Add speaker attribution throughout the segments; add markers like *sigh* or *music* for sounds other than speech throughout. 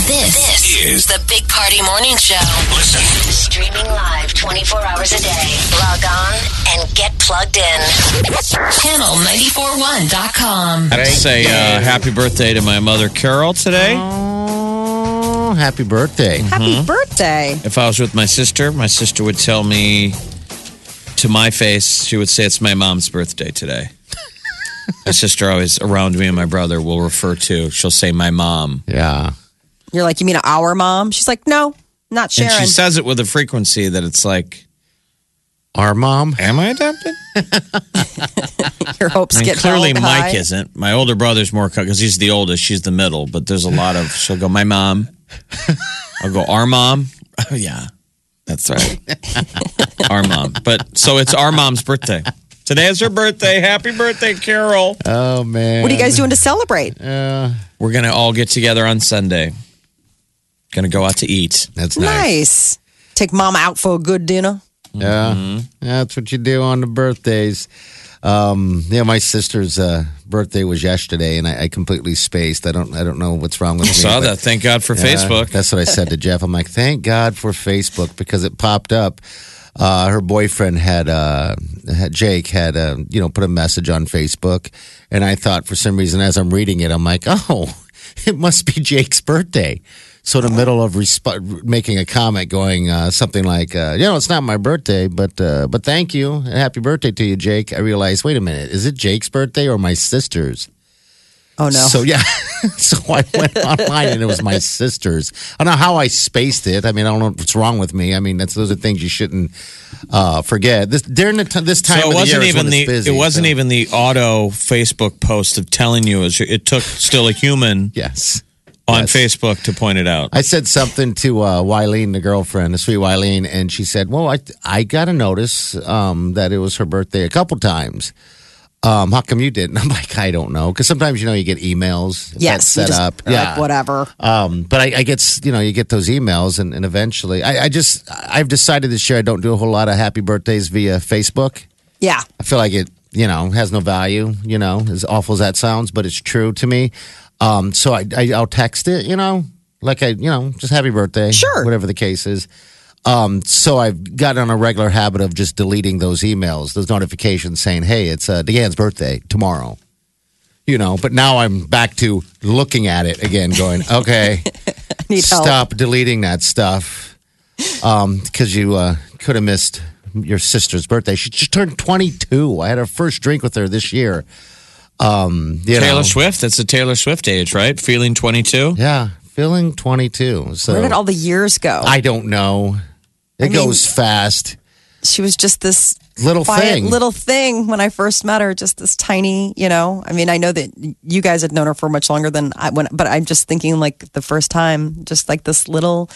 Speaker 1: This, is the Big Party Morning Show. Listen. Streaming live 24 hours a day. Log on and get plugged in. Channel941.com.
Speaker 2: I have to say uh, happy birthday to my mother Carol today.
Speaker 3: Oh, happy birthday.
Speaker 4: Happy birthday.
Speaker 2: If I was with my sister, my sister would tell me to my face, she would say it's my mom's birthday today. my sister always around me and my brother will refer to, she'll say my mom.
Speaker 3: Yeah.
Speaker 4: You're like, you mean our mom? She's like, no, not Sharon.
Speaker 2: And she says it with a frequency that it's like,
Speaker 3: Our mom.
Speaker 2: am I adopted?
Speaker 3: *laughs*
Speaker 4: Your hopes
Speaker 2: I mean,
Speaker 4: get
Speaker 2: clearly
Speaker 4: held
Speaker 2: Mike
Speaker 4: high.
Speaker 2: isn't. My older brother's more because he's the oldest. She's the middle, but there's a lot of she'll go my mom. I'll go our mom. *laughs* Oh yeah, that's right. our mom. But so it's our mom's birthday. Today is her birthday. Happy birthday, Carol.
Speaker 3: Oh, man.
Speaker 4: What are you guys doing to
Speaker 3: *laughs*
Speaker 4: celebrate?
Speaker 3: Yeah.
Speaker 2: We're gonna all get together on Sunday. Gonna go out to eat.
Speaker 3: That's nice.
Speaker 4: nice. Take mama out for a good dinner.
Speaker 3: Yeah.
Speaker 2: Mm-hmm.
Speaker 3: That's what you do on the birthdays. Um, yeah, my sister's uh, birthday was yesterday, and I, I completely spaced. I don't, I don't know what's wrong with me.
Speaker 2: Saw
Speaker 3: but-
Speaker 2: that. Thank God for
Speaker 3: Yeah,
Speaker 2: Facebook.
Speaker 3: That's what I said to Jeff. I'm like, thank God for Facebook because it popped up. Uh, her boyfriend had, uh, had Jake had, uh, you know, put a message on Facebook, and I thought for some reason as I'm reading it, I'm like, oh, *laughs* it must be Jake's birthday. So in the middle of resp- making a comment, going uh, something like, uh, you know, it's not my birthday, but uh, but thank you and happy birthday to you, Jake. I realized, wait a minute, is it Jake's birthday or my sister's?
Speaker 4: Oh, no.
Speaker 3: So yeah, *laughs* so I went online and it was my sister's. I don't know how I spaced it. I mean, I don't know what's wrong with me. I mean, that's those are things you shouldn't uh, forget. This during the t- this time
Speaker 2: So
Speaker 3: of
Speaker 2: it
Speaker 3: the year
Speaker 2: wasn't
Speaker 3: is when
Speaker 2: even the
Speaker 3: it's busy,
Speaker 2: it wasn't
Speaker 3: so-
Speaker 2: even the auto Facebook post of telling you. It was- It took still a human
Speaker 3: yes.
Speaker 2: on
Speaker 3: Yes.
Speaker 2: Facebook to point it out.
Speaker 3: I said something to uh, Wileen, the girlfriend, the sweet Wileen, and she said, "Well, I I got a notice um, that it was her birthday a couple times. Um, how come you didn't?" *laughs* I'm like, "I don't know," because sometimes you know you get emails. if that's
Speaker 4: yes. you
Speaker 3: set
Speaker 4: just-
Speaker 3: up.
Speaker 4: you're like, whatever.
Speaker 3: Um, but I, I guess you know you get those emails, and, and eventually, I, I just I've decided this year I don't do a whole lot of happy birthdays via Facebook.
Speaker 4: Yeah.
Speaker 3: I feel like it, you know, has no value. You know, as awful as that sounds, but it's true to me. Um, so I, I I'll text it, you know, like I, you know, just happy birthday,
Speaker 4: Sure.
Speaker 3: whatever the case is. Um, so I've gotten on a regular habit of just deleting those emails, those notifications saying, "Hey, it's uh, Deanne's birthday tomorrow." You know, but now I'm back to looking at it again, going, "Okay."
Speaker 4: Need help.
Speaker 3: stop deleting that stuff because you uh, could have missed your sister's birthday. She just turned 22. I had her first drink with her this year. Um, you
Speaker 2: Taylor
Speaker 3: know.
Speaker 2: Swift. That's the Taylor Swift age, right? Feeling 22.
Speaker 3: Yeah, feeling 22. So
Speaker 4: Where did all the years go?
Speaker 3: I don't know. It
Speaker 4: I mean-
Speaker 3: goes fast.
Speaker 4: she was just this
Speaker 3: Little
Speaker 4: quiet
Speaker 3: thing.
Speaker 4: little thing when I first met her. Just this tiny, you know. I mean, I know that you guys had known her for much longer than I. When, but I'm just thinking, like the first time, just like this little.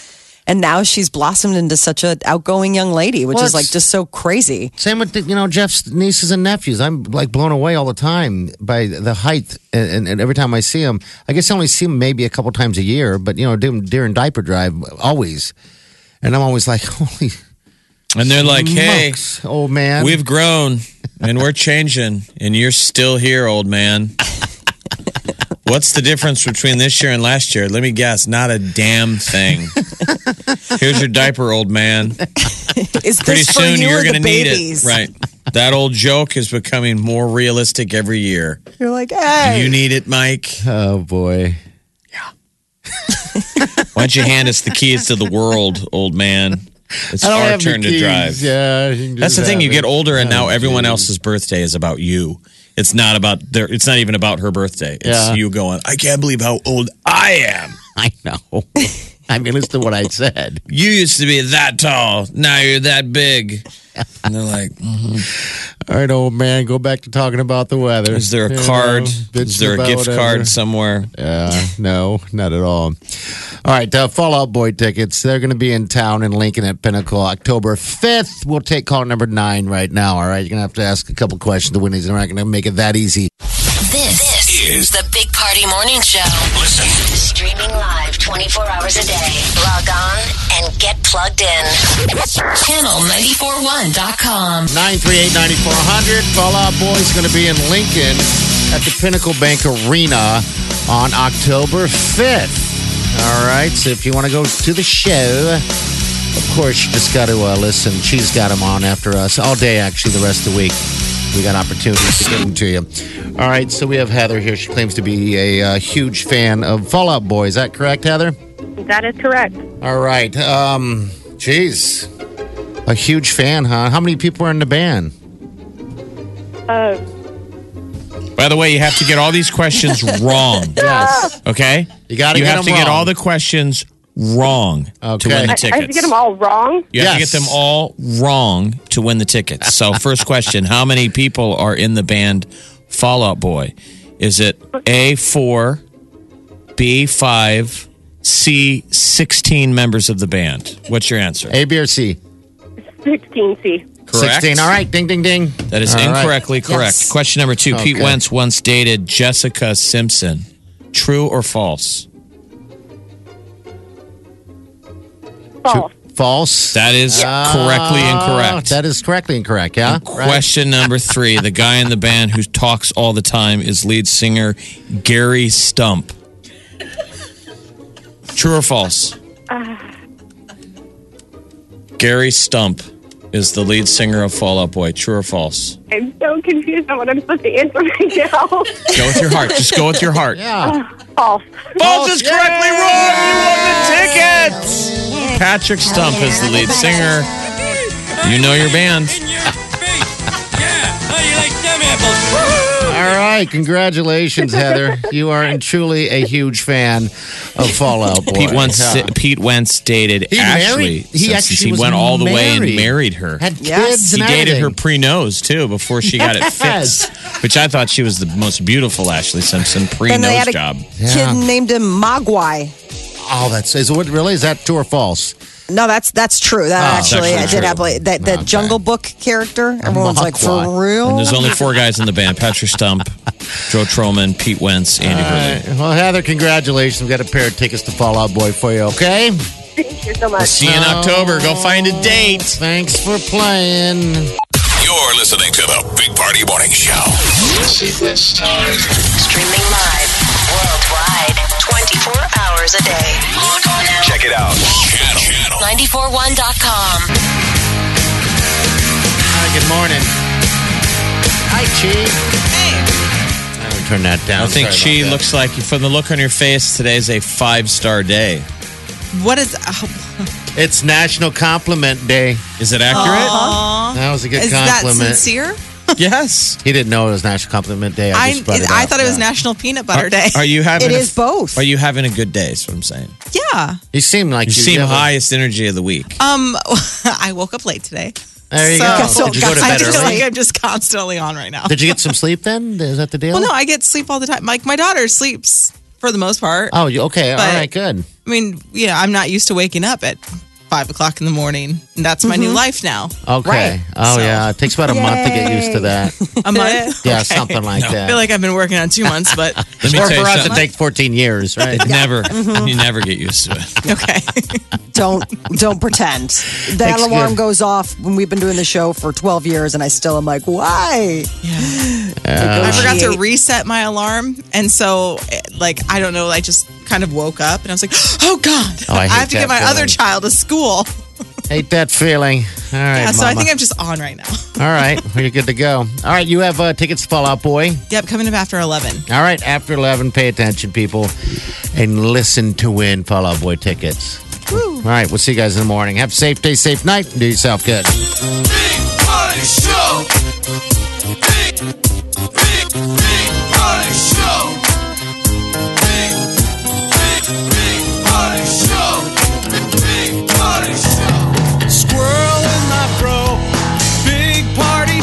Speaker 4: And now she's blossomed into such an outgoing young lady, which
Speaker 3: Well,
Speaker 4: is like
Speaker 3: it's-
Speaker 4: just
Speaker 2: *laughs*
Speaker 4: so crazy.
Speaker 3: Same with the, you know Jeff's nieces and nephews. I'm like blown away all the time by the height, and, and, and every time I see them, I guess I only see them maybe a couple times a year. But you know, during, during diaper drive, always, and I'm always like, *laughs* holy
Speaker 2: And they're like, hey,
Speaker 3: smokes, old man.
Speaker 2: we've grown and we're changing, and you're still here, old man. What's the difference between this year and last year? Let me guess. Not a damn thing. Here's your diaper, old man.
Speaker 4: Is
Speaker 2: Pretty
Speaker 4: this
Speaker 2: soon
Speaker 4: for you
Speaker 2: you're
Speaker 4: or
Speaker 2: going to
Speaker 4: the
Speaker 2: need
Speaker 4: babies?
Speaker 2: it. Right. That old joke is becoming more realistic every year.
Speaker 4: You're like, hey,
Speaker 2: You need it, Mike.
Speaker 3: oh boy.
Speaker 2: Why don't you hand us the keys to the world, old man?
Speaker 4: *laughs*
Speaker 2: It's our turn to drive.
Speaker 3: Yeah,
Speaker 2: That's the thing. You get older, and now everyone else's birthday is about you. It's not about their. It's not even about her birthday. It's
Speaker 3: Yeah.
Speaker 2: you going. I can't believe how old I am.
Speaker 3: *laughs* I know. I mean, listen to what I said.
Speaker 2: You used to be that tall. Now you're that big. And they're like, "Mm,
Speaker 3: All right, old man, go back to talking about the weather.
Speaker 2: is
Speaker 3: *laughs*
Speaker 2: there
Speaker 3: You
Speaker 2: a
Speaker 3: know,
Speaker 2: card?
Speaker 3: bitching
Speaker 2: Is there a
Speaker 3: about
Speaker 2: gift
Speaker 3: whatever.
Speaker 2: card somewhere?
Speaker 3: Uh, no, not at all. All right, uh, Fallout Boy tickets. They're going to be in town in Lincoln at Pinnacle October 5th. We'll take call number nine right now. All right, you're going to have to ask a couple questions to win these. They're not going to make it that easy.
Speaker 1: This, is the Big Party Morning Show. Listen. Streaming live 24 hours a day. Log on and get plugged in. Channel941.com.
Speaker 3: 938 9400. Fallout Boy's going to be in Lincoln at the Pinnacle Bank Arena on October 5th. All right, so if you want to go to the show, of course, you just got to uh, listen. She's got them on after us all day, actually, the rest of the week. We got opportunities to get them to you. All right, so we have Heather here. She claims to be a uh, huge fan of Fallout Boy. Is that correct, Heather?
Speaker 5: That is correct.
Speaker 3: All right. Um, geez, a huge fan, huh? How many people are in the band?
Speaker 5: Uh,
Speaker 2: By the way, you have to get all these questions
Speaker 5: *laughs*
Speaker 2: wrong.
Speaker 3: Yes.
Speaker 2: Okay?
Speaker 3: You gotta
Speaker 2: You
Speaker 3: get
Speaker 2: have to
Speaker 3: them
Speaker 2: get
Speaker 3: wrong.
Speaker 2: all the questions wrong to
Speaker 3: Okay.
Speaker 2: win
Speaker 3: I-
Speaker 2: the
Speaker 5: I,
Speaker 2: tickets.
Speaker 5: I have to get them all wrong.
Speaker 2: You have to get
Speaker 3: Yes.
Speaker 2: them all wrong to win the tickets.
Speaker 3: *laughs*
Speaker 2: So, first question How many people are in the band Fallout Boy? Is it A4, B5, C16 members of the band? What's your answer?
Speaker 3: A, B, or C?
Speaker 5: 16C.
Speaker 2: Correct.
Speaker 3: 16. All right. Ding, ding, ding.
Speaker 2: That is
Speaker 3: All right.
Speaker 2: incorrectly correct.
Speaker 4: Yes.
Speaker 2: Question number two Pete
Speaker 3: Okay.
Speaker 2: Wentz once dated Jessica Simpson. True or false?
Speaker 5: False.
Speaker 3: False. Oh,
Speaker 2: That is
Speaker 3: Uh,
Speaker 2: correctly incorrect.
Speaker 3: That is correctly incorrect. Yeah. Right.
Speaker 2: Question number three. The guy in the band who talks all the time is lead singer Gary Stump. True or false? Gary Stump is the lead singer of Fall Out Boy. True or false?
Speaker 5: I'm so confused on what I'm supposed to answer right
Speaker 2: *laughs*
Speaker 5: now.
Speaker 2: Go with your heart. Just go with your heart.
Speaker 3: Yeah.
Speaker 5: False.
Speaker 2: False is correctly wrong. You won the tickets. Patrick Stump is the lead singer. You know your band.
Speaker 3: All right. Congratulations, Heather. You are in truly a huge fan of Fallout Boy.
Speaker 2: Pete Wentz.
Speaker 3: Yeah.
Speaker 2: Pete Wentz dated
Speaker 3: He
Speaker 2: Ashley.
Speaker 3: married- he
Speaker 2: Since
Speaker 3: actually
Speaker 2: he
Speaker 3: was
Speaker 2: went all the way
Speaker 3: married.
Speaker 2: and married her.
Speaker 3: Had kids
Speaker 4: Yes.
Speaker 3: and
Speaker 2: he dated
Speaker 3: everything.
Speaker 2: her pre-nose too before she got it
Speaker 3: Yes.
Speaker 2: fixed, which I thought she was the most beautiful Ashley Simpson
Speaker 4: Then they
Speaker 2: pre-nose
Speaker 4: had a
Speaker 2: job.
Speaker 3: Yeah.
Speaker 4: kid named him Mogwai.
Speaker 3: Oh, that's is what really is that true or false?
Speaker 4: No, that's that's true. That
Speaker 3: Oh,
Speaker 4: actually, I
Speaker 2: that's
Speaker 4: did
Speaker 2: true.
Speaker 4: have like, that that
Speaker 3: Okay.
Speaker 4: Jungle Book character. Everyone's like,
Speaker 3: Mogwai.
Speaker 4: for real.
Speaker 2: And there's only four guys in the band: Patrick Stump, Joe Troman, Pete Wentz, Andy
Speaker 3: Uh,
Speaker 2: Hurley.
Speaker 3: Well, Heather, congratulations. We got a pair of tickets to Fallout Boy for you. Okay.
Speaker 5: Thank you so much.
Speaker 2: See you in October. Go find a date.
Speaker 3: Thanks for playing.
Speaker 6: You're listening to the Big Party Morning Show.
Speaker 7: Sequence time.
Speaker 1: Streaming live worldwide 24 hours a day. Log on now.
Speaker 6: Check it out. Channel. Channel.
Speaker 1: 941.com.
Speaker 3: Hi, good morning. Hi, Chi. Hey. I would turn that down.
Speaker 2: I think
Speaker 3: Sorry
Speaker 2: she
Speaker 3: about
Speaker 2: looks like from the look on your face today is a five-star day.
Speaker 8: What is?
Speaker 3: that. It's National Compliment Day.
Speaker 2: Is it accurate?
Speaker 3: That was a good
Speaker 8: Is that
Speaker 3: compliment.
Speaker 8: sincere?
Speaker 2: Yes.
Speaker 3: he didn't know it was National Compliment Day. I,
Speaker 8: I
Speaker 3: just brought it
Speaker 8: I
Speaker 3: up,
Speaker 8: thought it was
Speaker 3: yeah.
Speaker 8: National Peanut Butter Day.
Speaker 2: Are you having?
Speaker 4: it
Speaker 2: a-
Speaker 4: is both.
Speaker 2: Are you having a good day? Is what I'm saying.
Speaker 8: yeah.
Speaker 3: You seem like
Speaker 2: You
Speaker 3: you,
Speaker 2: seem
Speaker 3: have a-
Speaker 2: highest energy of the week.
Speaker 8: Um, *laughs* I woke up late today.
Speaker 3: There you
Speaker 8: So-
Speaker 3: go.
Speaker 4: So-
Speaker 3: Did you go to
Speaker 8: I
Speaker 3: bed
Speaker 4: better,
Speaker 8: just feel
Speaker 3: early?
Speaker 8: like I'm just constantly on right now.
Speaker 3: Did you get some sleep then? Is that the deal?
Speaker 8: Well, no, I get sleep all the time. Like my daughter sleeps for the most part.
Speaker 3: Oh, you, okay. All
Speaker 8: But-
Speaker 3: right, good.
Speaker 8: I mean, you know, I'm not used to waking up at five o'clock in the morning. And that's my new life now.
Speaker 3: Okay.
Speaker 4: Right.
Speaker 3: Oh,
Speaker 8: So-
Speaker 3: yeah. It takes about a month to get used to
Speaker 8: *laughs*
Speaker 3: that.
Speaker 8: A
Speaker 3: *laughs*
Speaker 8: month.
Speaker 3: Yeah,
Speaker 8: Okay.
Speaker 3: something like
Speaker 8: I
Speaker 3: that.
Speaker 8: feel like I've been working on two months,
Speaker 3: *laughs*
Speaker 8: but
Speaker 2: Let me
Speaker 3: or
Speaker 2: tell you
Speaker 3: for us, it
Speaker 2: something.
Speaker 3: takes 14 years, right? *laughs*
Speaker 2: It never, you never get used to it.
Speaker 8: okay.
Speaker 4: don't don't pretend. That
Speaker 3: Thanks,
Speaker 4: alarm
Speaker 3: good.
Speaker 4: goes off when we've been doing the show for 12 years, and I still am like, why?
Speaker 8: I forgot to reset my alarm, and so it- like I don't know, I just kind of woke up and I was like, *gasps* oh god,
Speaker 3: Oh, I hate
Speaker 8: have to
Speaker 3: that
Speaker 8: get my other
Speaker 3: feeling.
Speaker 8: child to school.
Speaker 3: Hate that feeling. All right.
Speaker 8: Yeah, so I
Speaker 3: Mama.
Speaker 8: think I'm just on right now.
Speaker 3: All right, well, you're good to go. All right, you have uh, tickets to Fallout Boy.
Speaker 8: Yep, coming up after eleven.
Speaker 3: All right, after 11, pay attention, people, and listen to win Fallout Boy tickets. All right, we'll see you guys in the morning. Have a safe day, safe night, and do yourself good.
Speaker 7: Big Party Show. Big, big, big Party Show. Big, big, big Party Show. Big Party Show. Squirrel in my bro.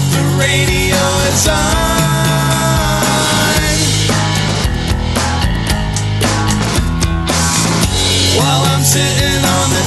Speaker 8: that sign. While I'm sitting on the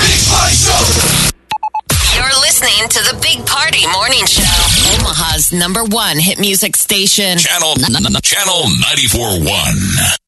Speaker 8: Big party show.
Speaker 1: You're listening to the Big Party Morning Show. Omaha's number one hit music station.
Speaker 9: Channel, channel 94.1.